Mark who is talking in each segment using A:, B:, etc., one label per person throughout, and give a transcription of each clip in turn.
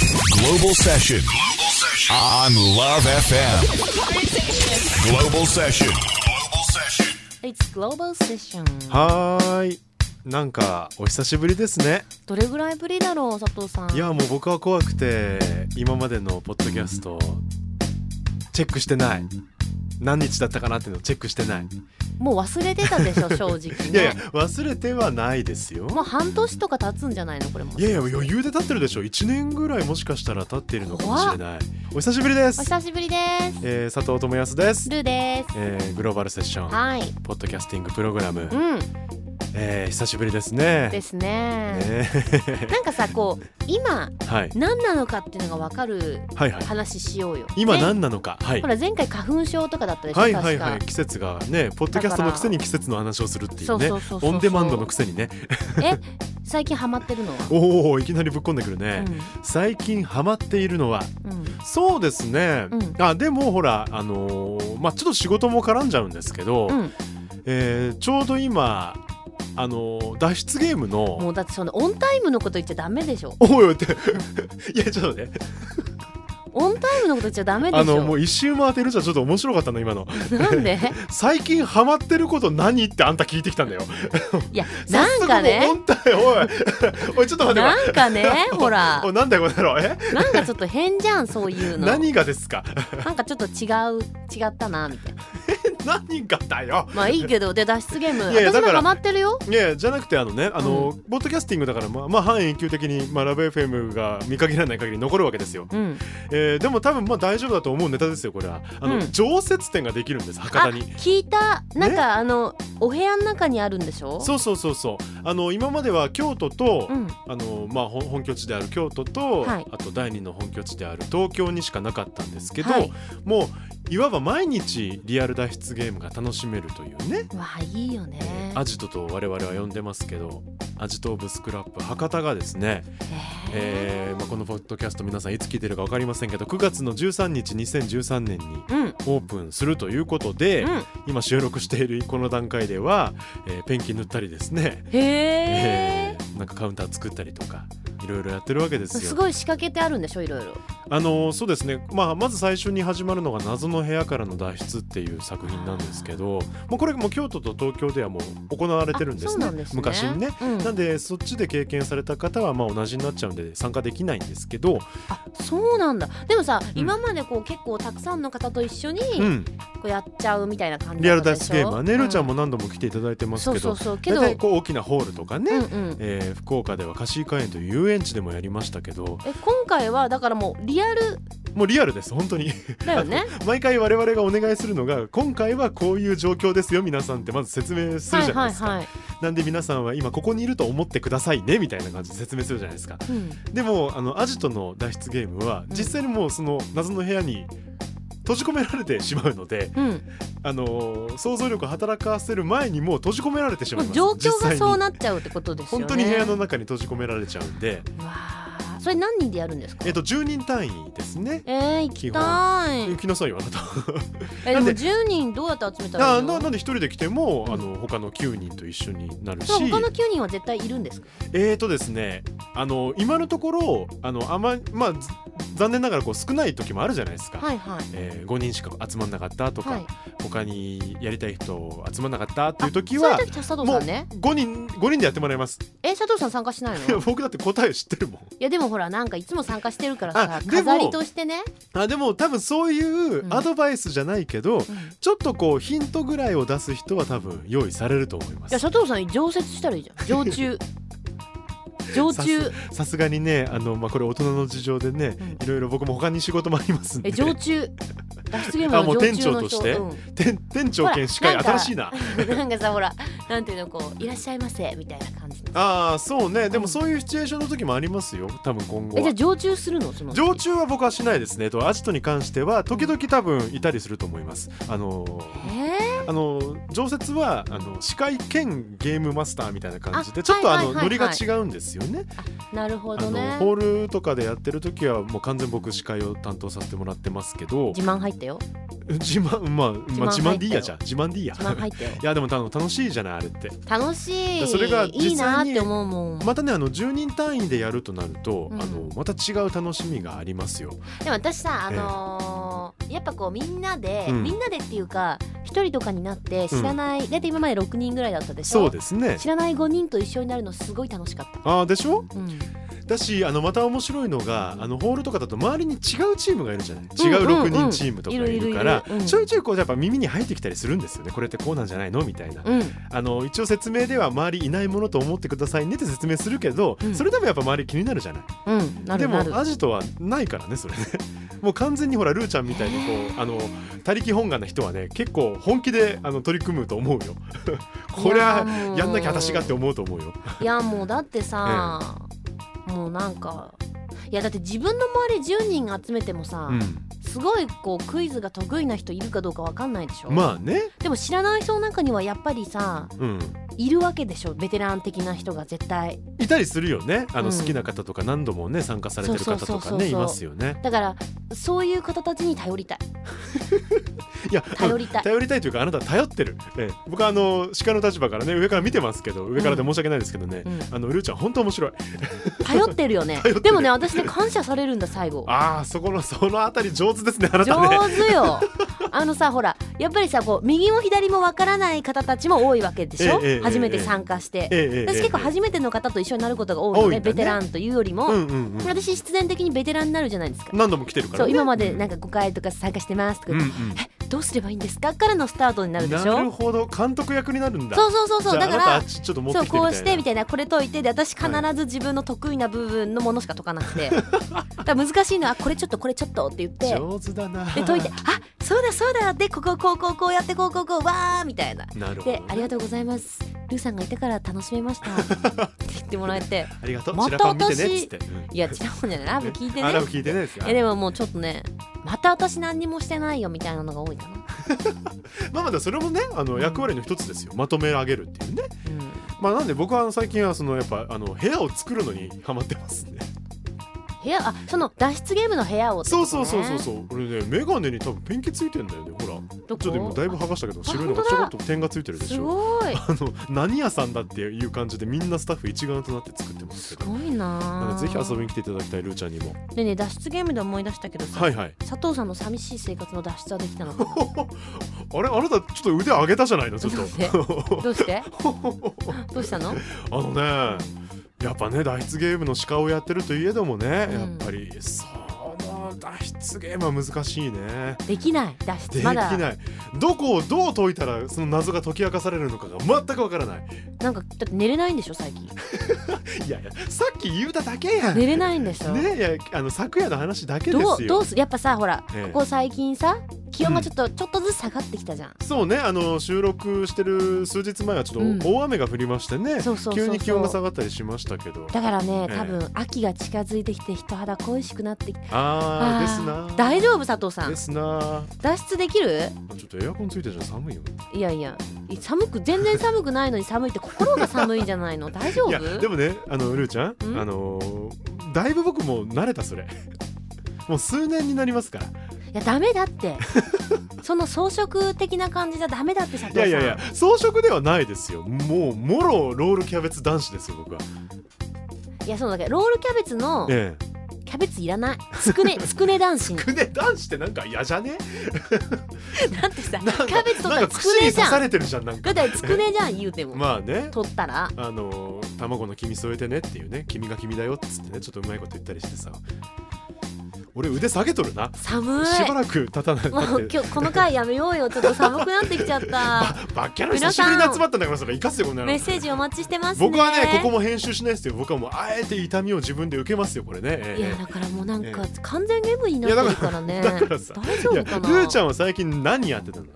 A: Global Session. Global Session. On Love FM. Global Session. Global Session.
B: It's Global Session
C: はーいなんかお久しぶりですね
B: どれぐらいぶりだろう佐藤さん
C: いやもう僕は怖くて今までのポッドキャストチェックしてない何日だったかなっていうのをチェックしてない
B: もう忘れてたで しょ正直ね
C: いやいや忘れてはないですよ
B: もう半年とか経つんじゃないのこれも
C: いやいや余裕で経ってるでしょ1年ぐらいもしかしたら経っているのかもしれないお久しぶりで
B: お
C: す、
B: 久しぶりで
C: えー佐藤智康です
B: す、ルーです
C: えーグローバルセッション
B: はい
C: ポッドキャスティングプログラム
B: う、ん
C: えー久しぶりですね
B: ですね
C: ね
B: なんかさこう今
C: はい、
B: 何なのかっていうのが分かる
C: はいはい
B: 話しようよ
C: 今
B: ね
C: 何なのか、はい
B: ほら前回花粉症とかだったでしょ
C: はい
B: 確か
C: はいはい季節がねポッドキャストのくせに季節の話をするっていうね
B: そうそうそうそう
C: オンデマンドのくせにね
B: え最近ハマってるのは
C: おおいきなりぶっこんでくるね、
B: う
C: 最近ハマっているのは
B: んうん
C: そうですね、
B: うん
C: あでもほらあのーまあちょっと仕事も絡んじゃうんですけど、
B: うん
C: えーちょうど今あのー脱出ゲーム
B: も
C: の
B: うだってそのオンタイムのこと言っちゃダメでしょ
C: おいおいって いやちょっとね
B: オンタイムのこと言っちゃダメでしょ
C: あのもう一周回ってるじゃんちょっと面白かったの今の
B: なんで
C: 最近ハマってること何ってあんた聞いてきたんだよ
B: いや
C: 早
B: なん
C: 速
B: か
C: もうオ
B: ね
C: ンタイムおい おいちょっと待って待って
B: なんかねほら
C: おなんだよこの野郎え
B: なんかちょっと変じゃんそういうの
C: 何がですか
B: なんかちょっと違う違ったなみたいな
C: 何がだよ
B: まあいいけどで脱出ゲーム
C: いやいや
B: 私
C: だか
B: も
C: ら
B: ハマってるよ
C: いやいやじゃなくてあのねあの、ボッドキャスティングだからまあ、まあ、半永久的に、まあ、ラブ FM が見限らない限り残るわけですよ、
B: うん
C: えーでも多分まあ大丈夫だと思うネタですよこれはあの、
B: うん
C: 常設展ができるんです博
B: あ
C: 多に
B: 聞いたなんかあのお部屋の中にあるんでしょ
C: そうそうそうそうあの今までは京都と、
B: うん
C: あのまあ、ほん本拠地である京都と、
B: はい
C: あと第二の本拠地である東京にしかなかったんですけど、
B: はい
C: もういわば毎日リアル脱出ゲームが楽しめるというね
B: わあいいよね
C: えーアジトと我々は呼んでますけどアジト・オブ・スクラップ博多がですね、えーまあ、このポッドキャスト皆さんいつ聞いてるか分かりませんけど9月の13日2013年に
B: うんうん
C: オープンするということで、今収録しているこの段階では、えーペンキ塗ったりですね、
B: へえ
C: えーなんかカウンター作ったりとかいろいろやってるわけですよ。
B: すごい仕掛けてあるんでしょいろいろ
C: あのーそうですね、まあ、まず最初に始まるのが「謎の部屋からの脱出」っていう作品なんですけどもうこれもう京都と東京ではもう行われてるんです
B: あそう
C: ね
B: なんですね
C: 昔にね。
B: うん
C: なんでそっちで経験された方はまあ同じになっちゃうんで参加できないんですけど、
B: あそうなんだでもさ、
C: ん
B: 今までこう結構たくさんの方と一緒に
C: うん、
B: こうやっちゃうみたいな感じ
C: リ
B: だ
C: ア
B: っ
C: ル
B: た
C: 脱
B: でしょ
C: 出ゲームはね、
B: う
C: ルーちゃんも何度も来ていただいてます
B: そう
C: け
B: そ
C: ど
B: うそうけ
C: 大
B: ど
C: 体こう大きなホールとかね、
B: うんうん、え
C: えー福岡では貸衣花園という遊園地でもやりましたけど
B: 今回はだからもうリアル
C: もうリアルです本当に
B: だよね
C: 毎回我々がお願いするのが今回はこういう状況ですよ皆さんってまず説明す
B: は
C: るじ
B: い
C: ゃな
B: はい
C: いですか、
B: はい、
C: なんで皆さんは今ここにいると思ってくださいねみたいな感じで説明するじゃないですか
B: うん、
C: でもあのアジトの脱出ゲームは
B: ん
C: 実際にもうその謎の部屋に閉じ込められてしまうので、
B: うん
C: あのー想像力を働かせる前にもう閉じ込められてしまい
B: も
C: ま
B: う
C: す
B: 状況
C: 実際
B: が
C: に
B: そうなっちゃうってことですよね
C: 本当に部屋の中に閉じ込められちゃうんで、
B: うわあそれ何人でやるんですか
C: えっと10人単位ですね、
B: えー、行きたい
C: 行きなさいよあなた
B: えで
C: なん
B: も
C: で
B: 10人どうやって集めたらい
C: あ
B: い
C: な
B: の
C: なんで一人で来ても、
B: うん
C: あの他の9人と一緒になるし
B: それ他の9人は絶対いるんですか
C: えーとですね、あの今のところあのあままあず残念ながらこう少ない時もあるじゃないですか。
B: はいはい
C: えー、5人しか集まんなかったとか、
B: はい
C: 他にやりたい人集まんなかったって
B: あ
C: いう時
B: そういう
C: は
B: 時佐藤さんね
C: 5人5人でやってもらいます、
B: え佐藤さん参加しないの
C: い や僕だって答え知ってるもん
B: いやでもほらなんかいつも参加してるからさ
C: あでも
B: 飾りとしてね、
C: あでも多分そういう
B: うん
C: アドバイスじゃないけど、
B: うんい
C: ちょっとこうヒントぐらいを出す人は多分用意されると思いま
B: や
C: す
B: 佐藤さんに常設したらいいじゃん常 駐常駐
C: さすがにねあの、まあ、これ大人の事情でね、
B: うん
C: いろいろ僕も他に仕事もありますん
B: え
C: で
B: 常駐脱出ゲームの
C: あもう
B: 常駐
C: 店長
B: の
C: と
B: 人
C: して
B: うん
C: 店店長兼司会
B: ほらなんか
C: 新しいな
B: なんかさほらなんていうのこういらっしゃいませみたいな感じの
C: ああそうねで
B: うん
C: もそういうシチュエーションの時もありますよ多分今後
B: えじゃあ
C: は
B: 常駐するのその
C: 常駐は僕はしないですねとアジトに関しては時々多分いたりすると思いますあのー
B: え
C: あの常設はあの司会兼ゲームマスターみたいな感じで
B: あ
C: ちょっとあ
B: は
C: の
B: いはい
C: ノ
B: はい
C: リ
B: は
C: が
B: い
C: 違うんですよね。
B: なるほ
C: あ
B: ど
C: の
B: ね
C: ホールとかでやってる時はもう完全僕司会を担当させてもらってますけど
B: 自慢入ったよ
C: 自慢まあまあ
B: 自
C: 自
B: 慢入ったよ
C: 慢でいいやじゃあ自慢でいいや。
B: 自慢入 ったよ
C: いやでもたの楽しいじゃないあれって。
B: 楽しい
C: それが実際に
B: いいなって思うもん、
C: またねあの10人単位でやるとなると、
B: うん
C: あのまた違う楽しみがありますよ。
B: でも私さあのーやっぱこうみんなで、
C: うん
B: みんなでっていうか一人とかになって知らない、だいたい今まで6人ぐらいだったでしょ
C: そうですね。
B: 知らない5人と一緒になるのすごい楽しかっ
C: あーでしょ
B: た、うん、
C: だしあのまた面白いのがあのホールとかだと周りに違うチームがいるじゃない違う6人チームとかいるから
B: うんうんうんいるいるいるうん
C: ちょいちょいこうやっぱ耳に入ってきたりするんですよねこれってこうなんじゃないのみたいな
B: うん、
C: あの一応説明では周りいないものと思ってくださいねって説明するけど
B: うん
C: それでもやっぱ周り気になるじゃない
B: うん、な
C: で
B: る
C: も
B: なる。
C: アジトはないから ねそれねもう完全にほらルーちゃんみたいにこうあの他力本願な人はね結構本気であの取り組むと思うよこれはい
B: やもう
C: やんなきゃ私がって思うと思うよ
B: いやもうだってさ、もうなんかいやだって自分の周り10人集めてもさ、
C: うん
B: すごいこうクイズが得意な人いるかどうかわかんないでしょ、
C: まあね
B: でも知らない人の中にはやっぱりさ
C: うん
B: いるわけでしょベテラン的な人が絶対
C: いたりするよねあの
B: うん
C: 好きな方とか何度もね参加されてる方
B: そう
C: と
B: そう
C: か
B: そうそう
C: ねいますよね
B: だからそういう方たちに頼りたい
C: いや
B: 頼りたい
C: 頼りたいというかあなた頼ってる、ええ僕はあの鹿の立場からね上から見てますけど上からで申し訳ないですけどね、
B: うん
C: あのルーちゃん本当面白い
B: 頼ってるよね
C: 頼ってる
B: でもね私ね感謝されるんだ最後
C: あーそこの そのあたり上手ですねあなたね
B: 上手よあのさほらやっぱりさこう右も左もわからない方たちも多いわけでしょ、
C: ええええ
B: 初めて参加して、
C: ええええ
B: 私結構
C: ええ
B: 初めての方と一緒になることが多いの
C: 多い
B: で、
C: んだね
B: ベテランというよりも、
C: うんうんうん
B: 私必然的にベテランになるじゃないですか、
C: 何度も来てるから、
B: そ
C: ね、
B: う今までなんか5回とか参加してますとか
C: う
B: 言
C: ん
B: っ
C: う
B: て、
C: ん
B: どうすればいいんですかからのスタートになるでし
C: なる
B: ょ
C: ほど監督役になるんだ
B: そうそうそうそう
C: じゃあ
B: だか
C: あなたあ
B: ら
C: っちちょっと持って
B: そう
C: きてみたい
B: こ
C: な
B: うしてみたいなこれ解いてで私必ず自分の得意な部分のものしか解かなく て、だから難しいのはこれちょっとこれちょっとって言って
C: 上手だな
B: で解いて「あそうだそうだ」でこここうこうこうやってこうこうこうわーみたいな。
C: なるほど
B: で「ありがとうございますルーさんがいたから楽しめました」 って言ってもらえて
C: ありがとう
B: ま
C: チ
B: た
C: ラパン見てねっつって、うん
B: 「いや違うんじゃないラブ聞いて
C: あ
B: ね
C: ラブ」聞いてねですよ
B: えでももうちょっとね「また私何にもしてないよ」みたいなのが多いかな。
C: まあまあでもそれもねあの役割の一つですよまとめ上げるっていうね
B: うん
C: まあなんで僕はあの最近はそのやっぱあの部屋を作るのにハマってますね。
B: 部屋あその脱出ゲームの部屋をってこと
C: そ
B: ね、
C: うそうそうそうそう。俺ねメガネに多分ペンキついてんだよね。ほらちょ
B: どこ
C: っ
B: と
C: でもだいぶ剥がしたけど白いのが
B: あ
C: ちょこ
B: 本当
C: っ
B: だ
C: と点がついてるでし
B: す
C: ょ。
B: ごい
C: あの何屋さんだっていう感じでみんなスタッフ一丸となって作ってます
B: す
C: けど。
B: ごい
C: な
B: な
C: のでぜひ遊びに来ていただきたいルーちゃんにも。
B: でね脱出ゲームで思い出したけどさ、
C: はいはい。
B: 佐藤さんの寂しい生活の脱出はできた のかな
C: あれあなたちょっと腕上げたじゃないのちょっ
B: なんで
C: と。
B: どう してどうしたの
C: あのねやっぱね脱出ゲームの鹿をやってるといえどもね、
B: うん
C: やっぱりその脱出ゲームは難しいね。
B: できない脱
C: で
B: 出
C: き
B: ま
C: な
B: だ
C: い、どこをどう解いたらその謎が解き明かされるのかが全くわからない
B: なんかだって寝れないんでしょ最近
C: いやいやさっき言うただけやん
B: 寝
C: ね
B: れないんでし ょ、
C: いやあの昨夜の話だけです
B: ど
C: よ
B: うどうすやっぱさほら、
C: ええ
B: ここ最近さ気温がちょっと、ちょっとずつ下がってきたじゃん
C: そうねあの収録してる数日前はちょ
B: う
C: っ
B: ん
C: と大雨が降りまして
B: そ
C: ね、
B: うそうそうそう
C: 急に気温が下がったりしましたけど
B: だからね
C: ええ
B: 多分秋が近づいてきて人肌恋しくなってきて
C: あーですなー
B: 大丈夫佐藤さん
C: ですな
B: 脱出できる
C: ーちょっとエアコンついてるじゃん寒いよ
B: いやいや寒く全然寒くないのに寒いって心が寒いんじゃないの大丈
C: い
B: 夫
C: やでもねあのルーちゃん
B: ん
C: あのーだいぶ僕もう慣れたそれ もう数年になりますから
B: いやダメだってその装飾的な感じじゃダメだって佐藤
C: い
B: さ
C: や
B: ん
C: いやいや装飾ではないですよもうもろロールキャベツ男子ですよ僕はい
B: やそうだけどロールキャベツの
C: ええ
B: キャベツいらないつく ねつくね男子に
C: くね男子ってなんか嫌じゃね
B: だってさキ
C: なんか
B: ャベツと
C: な
B: か
C: んか
B: つ
C: 串
B: くね
C: に
B: じ
C: 刺
B: ゃ
C: さ
B: ん
C: れてるじゃんなんか
B: だってつくねじゃん言うても、
C: まあね
B: 取ったら
C: あのー卵の黄身添えてねっていうね君が君だよっつってねちょっとうまいこと言ったりしてさ俺腕下げとるな
B: 寒い
C: しばらく経たない
B: も
C: だっ
B: う
C: て
B: 今日この回やめようよちょっと寒くなってきちゃ った
C: バッキャラ久しぶりに集まったんだからそれ生かすよこんなの
B: メッセージお待ちしてますね
C: 僕はねここも編集しないですよ僕はもうあえて痛みを自分で受けますよこれね、え
B: い
C: え
B: やだからもうなんか
C: え
B: 完全ゲームになってるからね
C: だからさ
B: 大丈
C: い
B: 夫
C: やル
B: かな
C: ーちゃんは最近何やってたの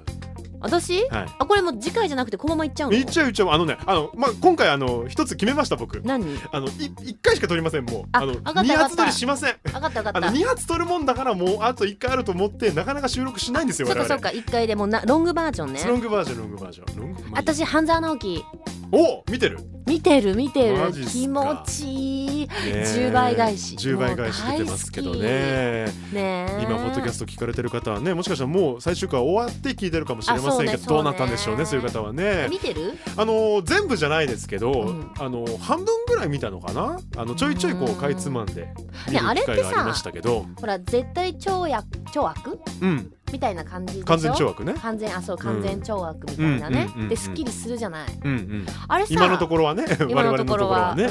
B: 私
C: はい
B: あこれもう次回じゃなくてこのまま行っちゃうの
C: 言っちゃう言っちゃうあのねあの、まあ、今回あの一つ決めました僕
B: 何
C: あのい一回しか撮りませんもう
B: あ
C: あ
B: わ
C: の
B: かった
C: 二
B: わか
C: 発
B: った
C: 撮りしません
B: 分かった分か
C: あ
B: っ
C: の
B: た
C: 二発撮るもんだからもうあと一回あると思ってなかなか収録しないんですよ
B: そっか
C: 我々
B: そっか一回でもうなロングバージョンね
C: ロングバージョンロングバージョンロングまあいい
B: 私半沢直樹
C: お見てる、ね
B: 見てる見て
C: マ
B: る
C: ジっすか
B: 気持ちいい
C: え
B: 10倍返し
C: 10倍返し出てますけどね
B: ねえ
C: 今ポッドキャスト聞かれてる方はねもしかしたらもう最終回終わって聞いてるかもしれませんけ
B: あ
C: ど、
B: そうね
C: どうなったんでしょうねそ
B: そうう
C: い
B: ね
C: う方はね
B: 見てる
C: あの全部じゃないですけど、
B: うん
C: あの半分ぐらい見たのかなあのちょいちょいこ
B: う
C: うんかいつまんで見
B: ね
C: る
B: あれ
C: 機
B: って
C: 会がありまし
B: さ
C: たけど、
B: ほら絶対超悪超悪
C: うん、
B: みたいな感じでしょ
C: 完全懲悪ね、
B: 完全あそう完全懲悪みたいなね
C: うんうんうんうん
B: でスッキリするじゃない
C: うんうん、
B: あれさ
C: 今のところはね 我
B: 今
C: 々
B: の
C: の
B: と
C: と
B: こ
C: こ
B: ろ
C: ろ
B: は
C: はね、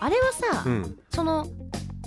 B: あれはさ
C: うんうん
B: その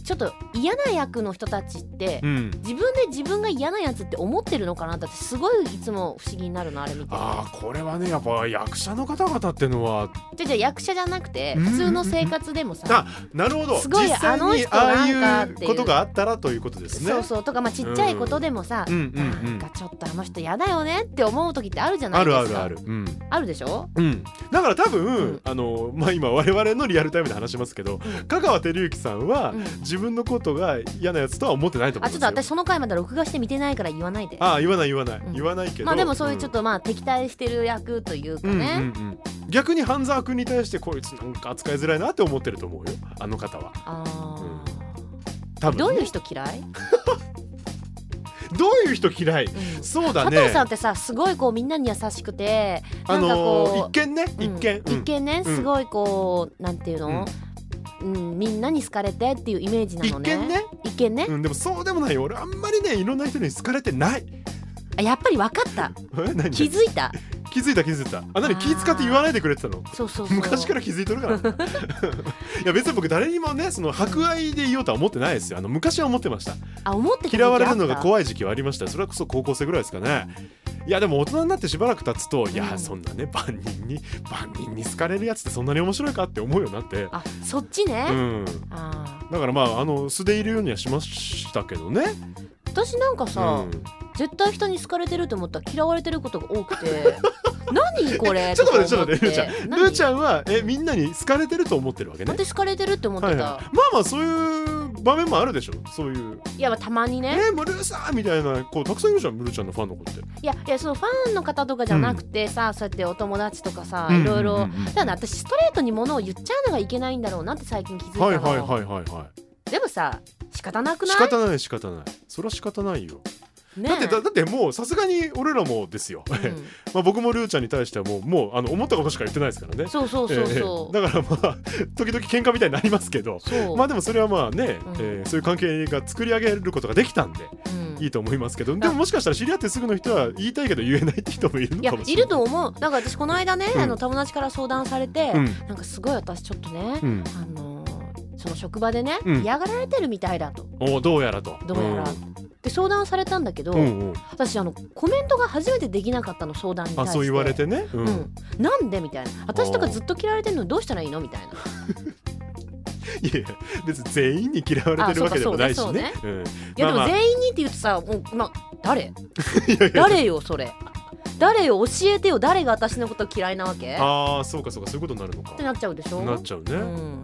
B: ちょっと嫌な役の人たちって
C: うん、
B: 自分で自分が嫌なやつって思ってるのかなだってすごいいつも不思議になるのあれ見てる
C: ああこれはねやっぱ役者の方々ってのは
B: じゃじゃ役者じゃなくて
C: うん
B: 普通の生活でも
C: あ
B: さ
C: なるほど
B: すごい
C: 実際
B: あの
C: に
B: 人
C: あ
B: な
C: あ
B: ん
C: い
B: か
C: う
B: っていう
C: ことがあったらということですね
B: そうそうとかまあちっちゃいことでもさ
C: うんうんうん
B: なんかちょっとあの人嫌だよねって思う時ってあるじゃな
C: あ
B: いで
C: る
B: すか
C: あるある、うん
B: あるでしょ
C: うん、だから多分、
B: うん
C: あのまあ今我々のリアルタイムで話しますけど、香川照之さんは、
B: うん
C: 自分のことが嫌なやつとは思ってないと思
B: あ
C: い
B: ち
C: ま
B: ょっと
C: すよ
B: 私その回まだ録画して見てないから言わないで
C: ああ言わない言わない、
B: うん
C: 言わないけど
B: まあでもそういうちょっ
C: と
B: とまあ敵対してる役というか
C: うんうんうん
B: ね
C: うん逆に半沢君に対してこいつなんか扱いづらいなって思ってると思うよあの方は
B: あ
C: 多
B: ー
C: 分
B: どういう人嫌い
C: どういう人嫌い
B: うん
C: そうだ
B: 佐
C: ね
B: 藤さんってさすごいこうみんなに優しくて
C: あ
B: なんか
C: のー
B: こ
C: 一見ね、
B: ううん
C: 一見、うん
B: 一見ね
C: うん
B: すごいこうなんていうのうんみんなに好かれてっていうイメージな
C: 一
B: のね
C: 見ね、
B: 一見ね
C: うん、でもそうでもないよ俺あんまりねいろんな人に好かれてない
B: あやっぱり分かった
C: え何
B: 気づいた
C: 気づいた気づいたあ何
B: あー
C: 気使って言わないでくれてたの
B: そうそうそう
C: 昔から気づいとるから ないや別に僕誰にもねその博愛でいようとは思ってないですよあの昔は思ってました
B: あ思ってた
C: 嫌われるのが
B: い
C: 怖い時期はありましたよそれこそ高校生ぐらいですかねいやでも大人になってしばらく経つと、いやそんなね万人に万人に好かれるやつってそんなに面白いかって思うようになって
B: あそっちね、
C: うん
B: あ
C: だからまああの素でいるようにはしましたけどね
B: ー私なんかさ、
C: うん
B: 絶対人に好かれてると思ったら嫌われてることが多くて 何これ
C: ちょっと待ってちょっと待ってルーちゃんルーち
B: ん
C: ゃんはえみんなに好かれてると思ってるわけね
B: 私好かれてるって思ってた、
C: はいいはい、まあまあそういう場面もあるでしょそういう
B: やまあたまに
C: 「え
B: ね
C: ー、ムルーさん!」みたいな子たくさんいるじゃんムルーちゃんのファンの子って。
B: いやいやそのファンの方とかじゃなくてさ、そうやってお友達とかさ、いろい
C: うんう
B: ろ
C: んうんうん
B: ただね私ストレートにものを言っちゃうのがいけないんだろうなって最近気づいたの、
C: はいはいはいはいは
B: でもさ仕方なく
C: い。
B: な
C: 仕
B: い
C: 方ない仕方ない。それは仕方ないよ。
B: ね
C: だってだだってもうさすがに俺らもですよ。
B: う
C: まあ僕もルーちゃんに対してはもうもうあの思ったことしか言ってないですからね
B: ん。そうそうそうそう、
C: ええだからまあ 時々喧嘩みたいになりますけど。
B: そう、
C: まあでもそれはまあね、
B: うん
C: えーそういう関係が作り上げることができたんで
B: うん
C: いいと思いますけどでももしかしたら知り合ってすぐの人は言いたいけど言えないって人もいる
B: い
C: の
B: や
C: かもし
B: い
C: れ
B: る
C: ない。
B: と思うなんか私この間ね、
C: うん
B: あの友達から相談されて、
C: うん
B: なんかすごい私ちょっとね、
C: うん、
B: あのーその職場でね、
C: うん
B: 嫌がられてるみたいだと
C: おどうやらと。
B: どうやらで相談されたんだけど、
C: うんうんうん、
B: 私あのコメントが初めてできなかったの相談に対
C: あ
B: して
C: そう言われ、てね。う
B: うんんなんでみたいな私とかずっと嫌われてるのにどうしたらいいのみたいない
C: やいや別に全員に嫌われてるわけでもないしね
B: あ。
C: うん
B: いやで
C: ま
B: も
C: あまあ
B: 全員にって言うとさもう、まあ、誰
C: いやいや
B: 誰よそれ誰よ教えてよ誰が私のこと嫌いなわけっ
C: ああそうかそうかそういうことになるのか
B: て。なっちゃうでしょ
C: なっちゃうね。
B: う
C: うん
B: ん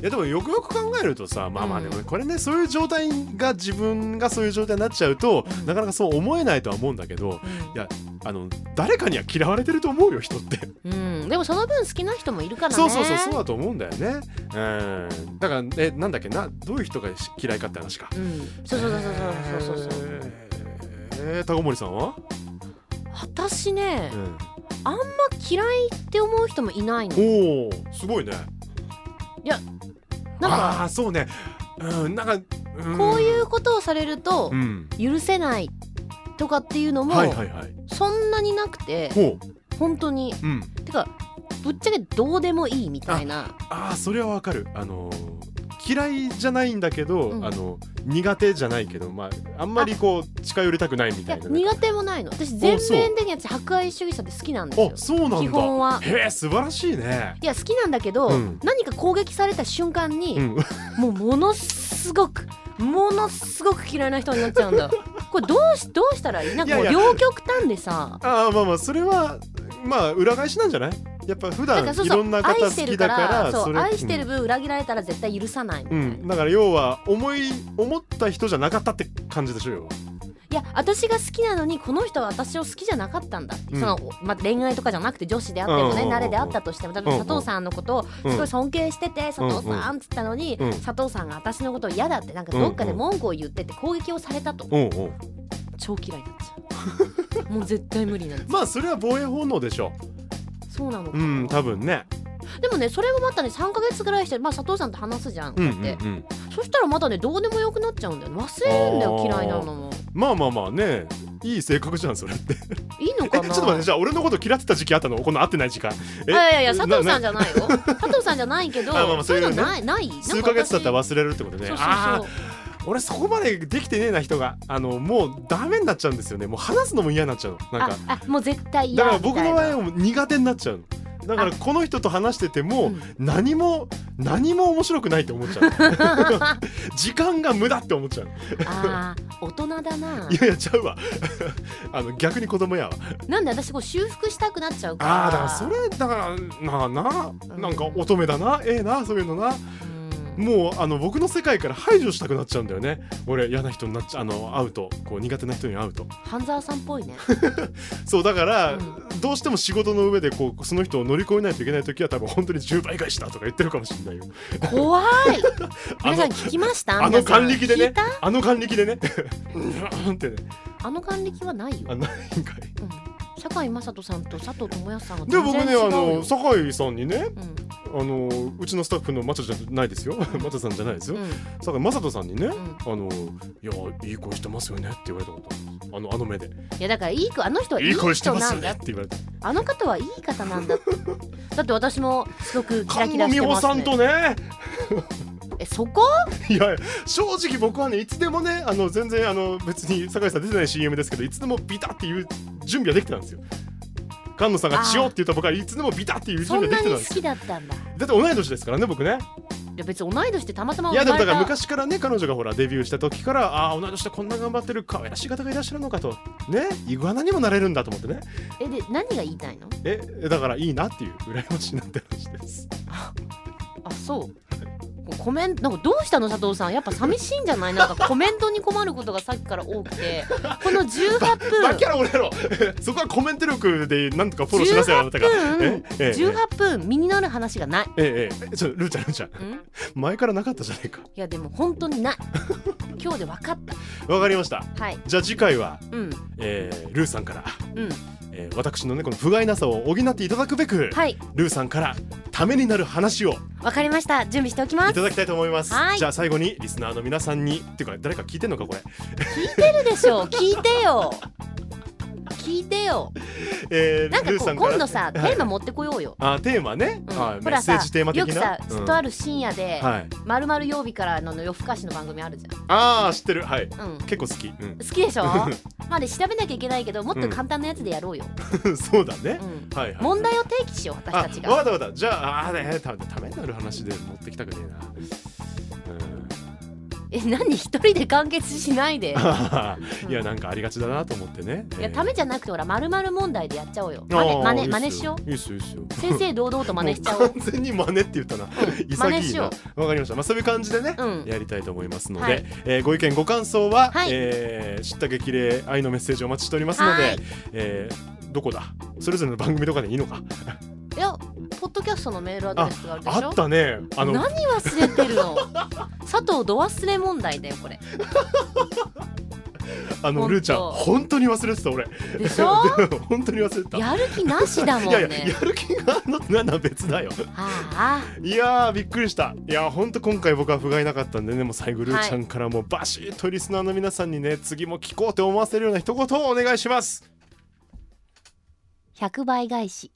C: いやでもよくよく考えるとさまあまあ
B: うん
C: でもねこれねそういう状態が自分がそういう状態になっちゃうと
B: うん
C: なかなかそう思えないとは思うんだけど
B: うん
C: いやあの誰かには嫌われてると思うよ人って
B: うん、でもその分好きな人もいるからね。
C: そうそうそうそうだと思うんだよねうんだからえなんだっけなどういう人が嫌いかって話か
B: うん、そうそうそうそうそうそうそう。
C: えー、高森さんは、
B: 私ね、
C: う
B: ま
C: ん、
B: あ嫌いって思う人もいないの。
C: おおすごいね
B: なんか
C: あーそうねうんなんか、うん
B: こういうことをされると
C: うん
B: 許せないとかっていうのも
C: はいはいはい
B: そんなになくて、
C: ほ
B: 本当に
C: ううん
B: てかぶっちゃけどうでもいいみたいな。
C: あーそれはわかるあのー嫌いじゃないんだけど、
B: うん
C: あの苦手じゃないけどまああんまりこう近寄りたくないみ
B: い
C: た
B: や
C: いなね
B: 苦手もないの。私全
C: そう
B: 面的に私博愛主義者って好きなんです
C: あ
B: よ。
C: そうな
B: 基
C: んだ
B: 本は。
C: へえ素晴らしいね
B: いや好きなんだけど、
C: うん
B: 何か攻撃された瞬間に、
C: うん
B: もうものすごくものすごく嫌いな人になっちゃうんだこれどうしどうしたらいいなんかもう
C: いやい
B: 両極端でさ
C: ああまあまあそれはまあ裏返しなんじゃないやっぱ普
B: だ
C: 段
B: からそう
C: い
B: そ
C: ろ
B: うん
C: な方
B: 愛
C: 好
B: して
C: き
B: る
C: だ
B: か
C: から
B: らそう
C: れ
B: 愛してる分裏切られたら絶対許さないみた
C: う
B: い
C: ん
B: な、
C: うんだから要は思い思った人じゃなかったって感じでしょうよ
B: いや私が好きなのにこの人は私を好きじゃなかったんだって、
C: うん
B: そのまあ、恋愛とかじゃなくて女子であってもね、
C: うんうんうんうん
B: 慣れであったとしても例え
C: うん
B: ば
C: うん
B: 佐藤さんのことを
C: うん
B: すごい尊敬してて、佐藤さんっつったのに、
C: うん
B: 佐藤さんが私のことを嫌だってなんかどっかで文句を言ってて攻撃をされたと、
C: うんうん
B: 超嫌いになっちゃ うもう絶対無理なんです
C: まあそれは防衛本能でしょ
B: そうなのか
C: う
B: な、
C: うん多分ね
B: でもねそれもまたね3か月ぐらいして、まあ、佐藤さんと話すじゃんこ
C: う
B: うん
C: う
B: や
C: ん
B: って、
C: うん
B: そしたらまたねどうでもよくなっちゃうんだよね忘れるんだよ
C: あー
B: 嫌いなのも
C: まあまあまあねいい性格じゃんそれって
B: いいの
C: え
B: か
C: ちょっ
B: な
C: と待ってじゃあ俺のこと嫌ってた時期あったのこの会ってない時間え
B: あいやいや佐藤さん
C: な
B: じゃないよ佐藤さんじゃないけど
C: あまあまあ
B: そういうの
C: そういうの
B: ないないなん
C: な数ヶ月だったら
B: 私
C: 忘れるってことね
B: そうそう
C: あ
B: そう
C: ー俺そこまでできてねえな人があのもうダメになっちゃうんですよねもう話すのも嫌になっちゃうのなんか
B: ああもう絶対嫌
C: だから僕の場合
B: は
C: はもう苦手になっちゃうのだからこの人と話してても何も何も面白くないって思っちゃう 時間が無駄って思っちゃう
B: あー大人だない
C: やいやちゃうわあの逆に子供やわ
B: なんで私こう修復したくなっちゃうから
C: あーだからそれだからなあなあなんか乙女だなええなそういうのな
B: うん
C: もうあの僕の世界から排除したくなっちゃうんだよね俺嫌な人になっちゃうあの会うとこう苦手な人に会うと
B: 半沢さんっぽい ね
C: そうだから、
B: うん
C: どうしても仕事の上でこうその人を乗り越えないといけない時は多分本当に10倍返しだとか言ってるかもしれないよ
B: 怖い
C: あ
B: 皆さん
C: の
B: 聞きました
C: あの
B: 皆さん
C: 還暦でね
B: 聞いた
C: あの還暦でね うんってね
B: あの還暦はないよ
C: あないんかい
B: うん堺雅人さんと佐藤智也さんは
C: で
B: 全
C: 僕
B: 然
C: ね
B: 違うよ
C: あの酒井さんにね
B: うん
C: あのうちのスタッフのマチャじゃないですよ マチャさんじゃないですよ
B: うん
C: 酒井雅人さんにね、
B: ん
C: あのいやいい声してますよねって言われたことあのあの目で
B: いやだからいい子あの人はい
C: い
B: い
C: い声して
B: 人
C: ま
B: な
C: すよ
B: ん
C: ね
B: だ
C: って言われて
B: あの方はいい方なん だってだって私もすごくキラキ
C: 菅野
B: ラし
C: 美
B: てま
C: 穂
B: す、ね、
C: さんとね
B: えそこ
C: いや正直僕はねいつでもねあの全然あの別に酒井さん出てない CM ですけどいつでもビタっていう準備はできてたんですよ菅野さんがしようって言った僕はいつでもビタっていう
B: そ
C: 準備
B: ん
C: はで
B: な
C: きて
B: に
C: たん
B: 好
C: です
B: きだったんだい
C: だって同い年ですからね僕ね
B: や別に同い年でたまたま
C: い
B: 生
C: やで
B: ま
C: も
B: れ
C: だから
B: た
C: 昔からね彼女がほらデビューした時からああー同い年でこんな頑張ってる可愛らしい方がいらっしゃるのかとねイグアナにもなれるんだと思ってね
B: えで何が言いたいの
C: えだからいいなっていう羨ましいなって話です
B: あそうコメントなんかどうしたの佐藤さんやっぱ寂しいんじゃないなんかコメントに困ることがさっきから多くてこの18
C: だ
B: 分
C: から俺やろ そこはコメント力でなんとかフォローしなさいよあなたが
B: 分
C: ええええ
B: 18分身になる話がないん
C: ええええちょルーちゃんルーちゃん前からなかったじゃないか
B: いやでも本当にない今日で分かっ
C: わかりました
B: たはい
C: じゃあ次回は、
B: うん
C: えー、ルーさんから、
B: うん
C: えー、私のねこの不甲斐なさを補っていただくべく、
B: はい
C: ルーさんからためになる話を
B: わかりました準備しておき
C: い
B: ま
C: た
B: す
C: だきたいと思います
B: はい
C: じゃあ最後にリスナーの皆さんにっていうか誰か聞いてんのかこれ、
B: 聞いてるでしょ聞いてよ聞いてよ
C: えー、
B: なんか
C: ルー
B: こ
C: さ
B: うん
C: から
B: 今度さテーマ
C: はい
B: 持ってこようよ、
C: あーテーマね、
B: うん
C: は
B: ほ
C: いメッ
B: ら
C: セ
B: さ
C: ージテーマ
B: よ
C: 的
B: く
C: な
B: さ、
C: うん
B: ずっとある深夜で
C: はい、
B: 「まるまる曜日から」の夜更かしの番組あるじ
C: ああ知ってるはい
B: ゃん、うん、好
C: 結構好き、う
B: きでし ょまあね調べなきゃいけないけどもっと簡単なやつでやろうよ、
C: ん、 そうだね
B: う、ん、
C: はいはい
B: 問題を提起しよう私たち
C: あわか
B: が
C: ったわかったじゃああーねたためになる話で持ってきたくねえなうん
B: え何一人で完結しない で
C: いやなんかありがちだなと思ってね。
B: いやためじゃなくてほらまるまる問題でやっちゃおうよ
C: えー
B: 真似
C: あ
B: 真
C: ー
B: 似真似しよ
C: いいっすよいいっすよ。いいっ
B: う
C: すよ
B: 正々堂々と真似しちゃお
C: もう
B: う
C: 完全に真似って言ったな。
B: 真似
C: 潔い
B: し
C: な。
B: よ
C: わかりました。まあそういう感じでね。
B: うん
C: やりたいと思いますので、
B: はい
C: えーご意見ご感想は、
B: はい
C: えー知った激励愛のメッセージお待ちしておりますの
B: は
C: で
B: い、
C: えーどこだそれぞれの番組とかでいいのか
B: いやポッドキャストのメールアドレスがあるでし
C: あ
B: ょ
C: ったねあの
B: 何忘れてる の佐藤ど忘れ問題だよこれ
C: あ
B: ほん
C: の
B: と
C: ルーちゃん本当に忘れてた俺
B: でしょ
C: 本当に忘れてた
B: やる気なしだもんね
C: いやいややる気があるのってなんだ別だよ
B: あ
C: いやーびっくりしたいやーほんと今回僕は不甲斐なかったんでねもう最後ルーちゃんからもうバシッとリスナーの皆さんにね次も聞こうって思わせるような一言をお願いします
B: あ100倍返し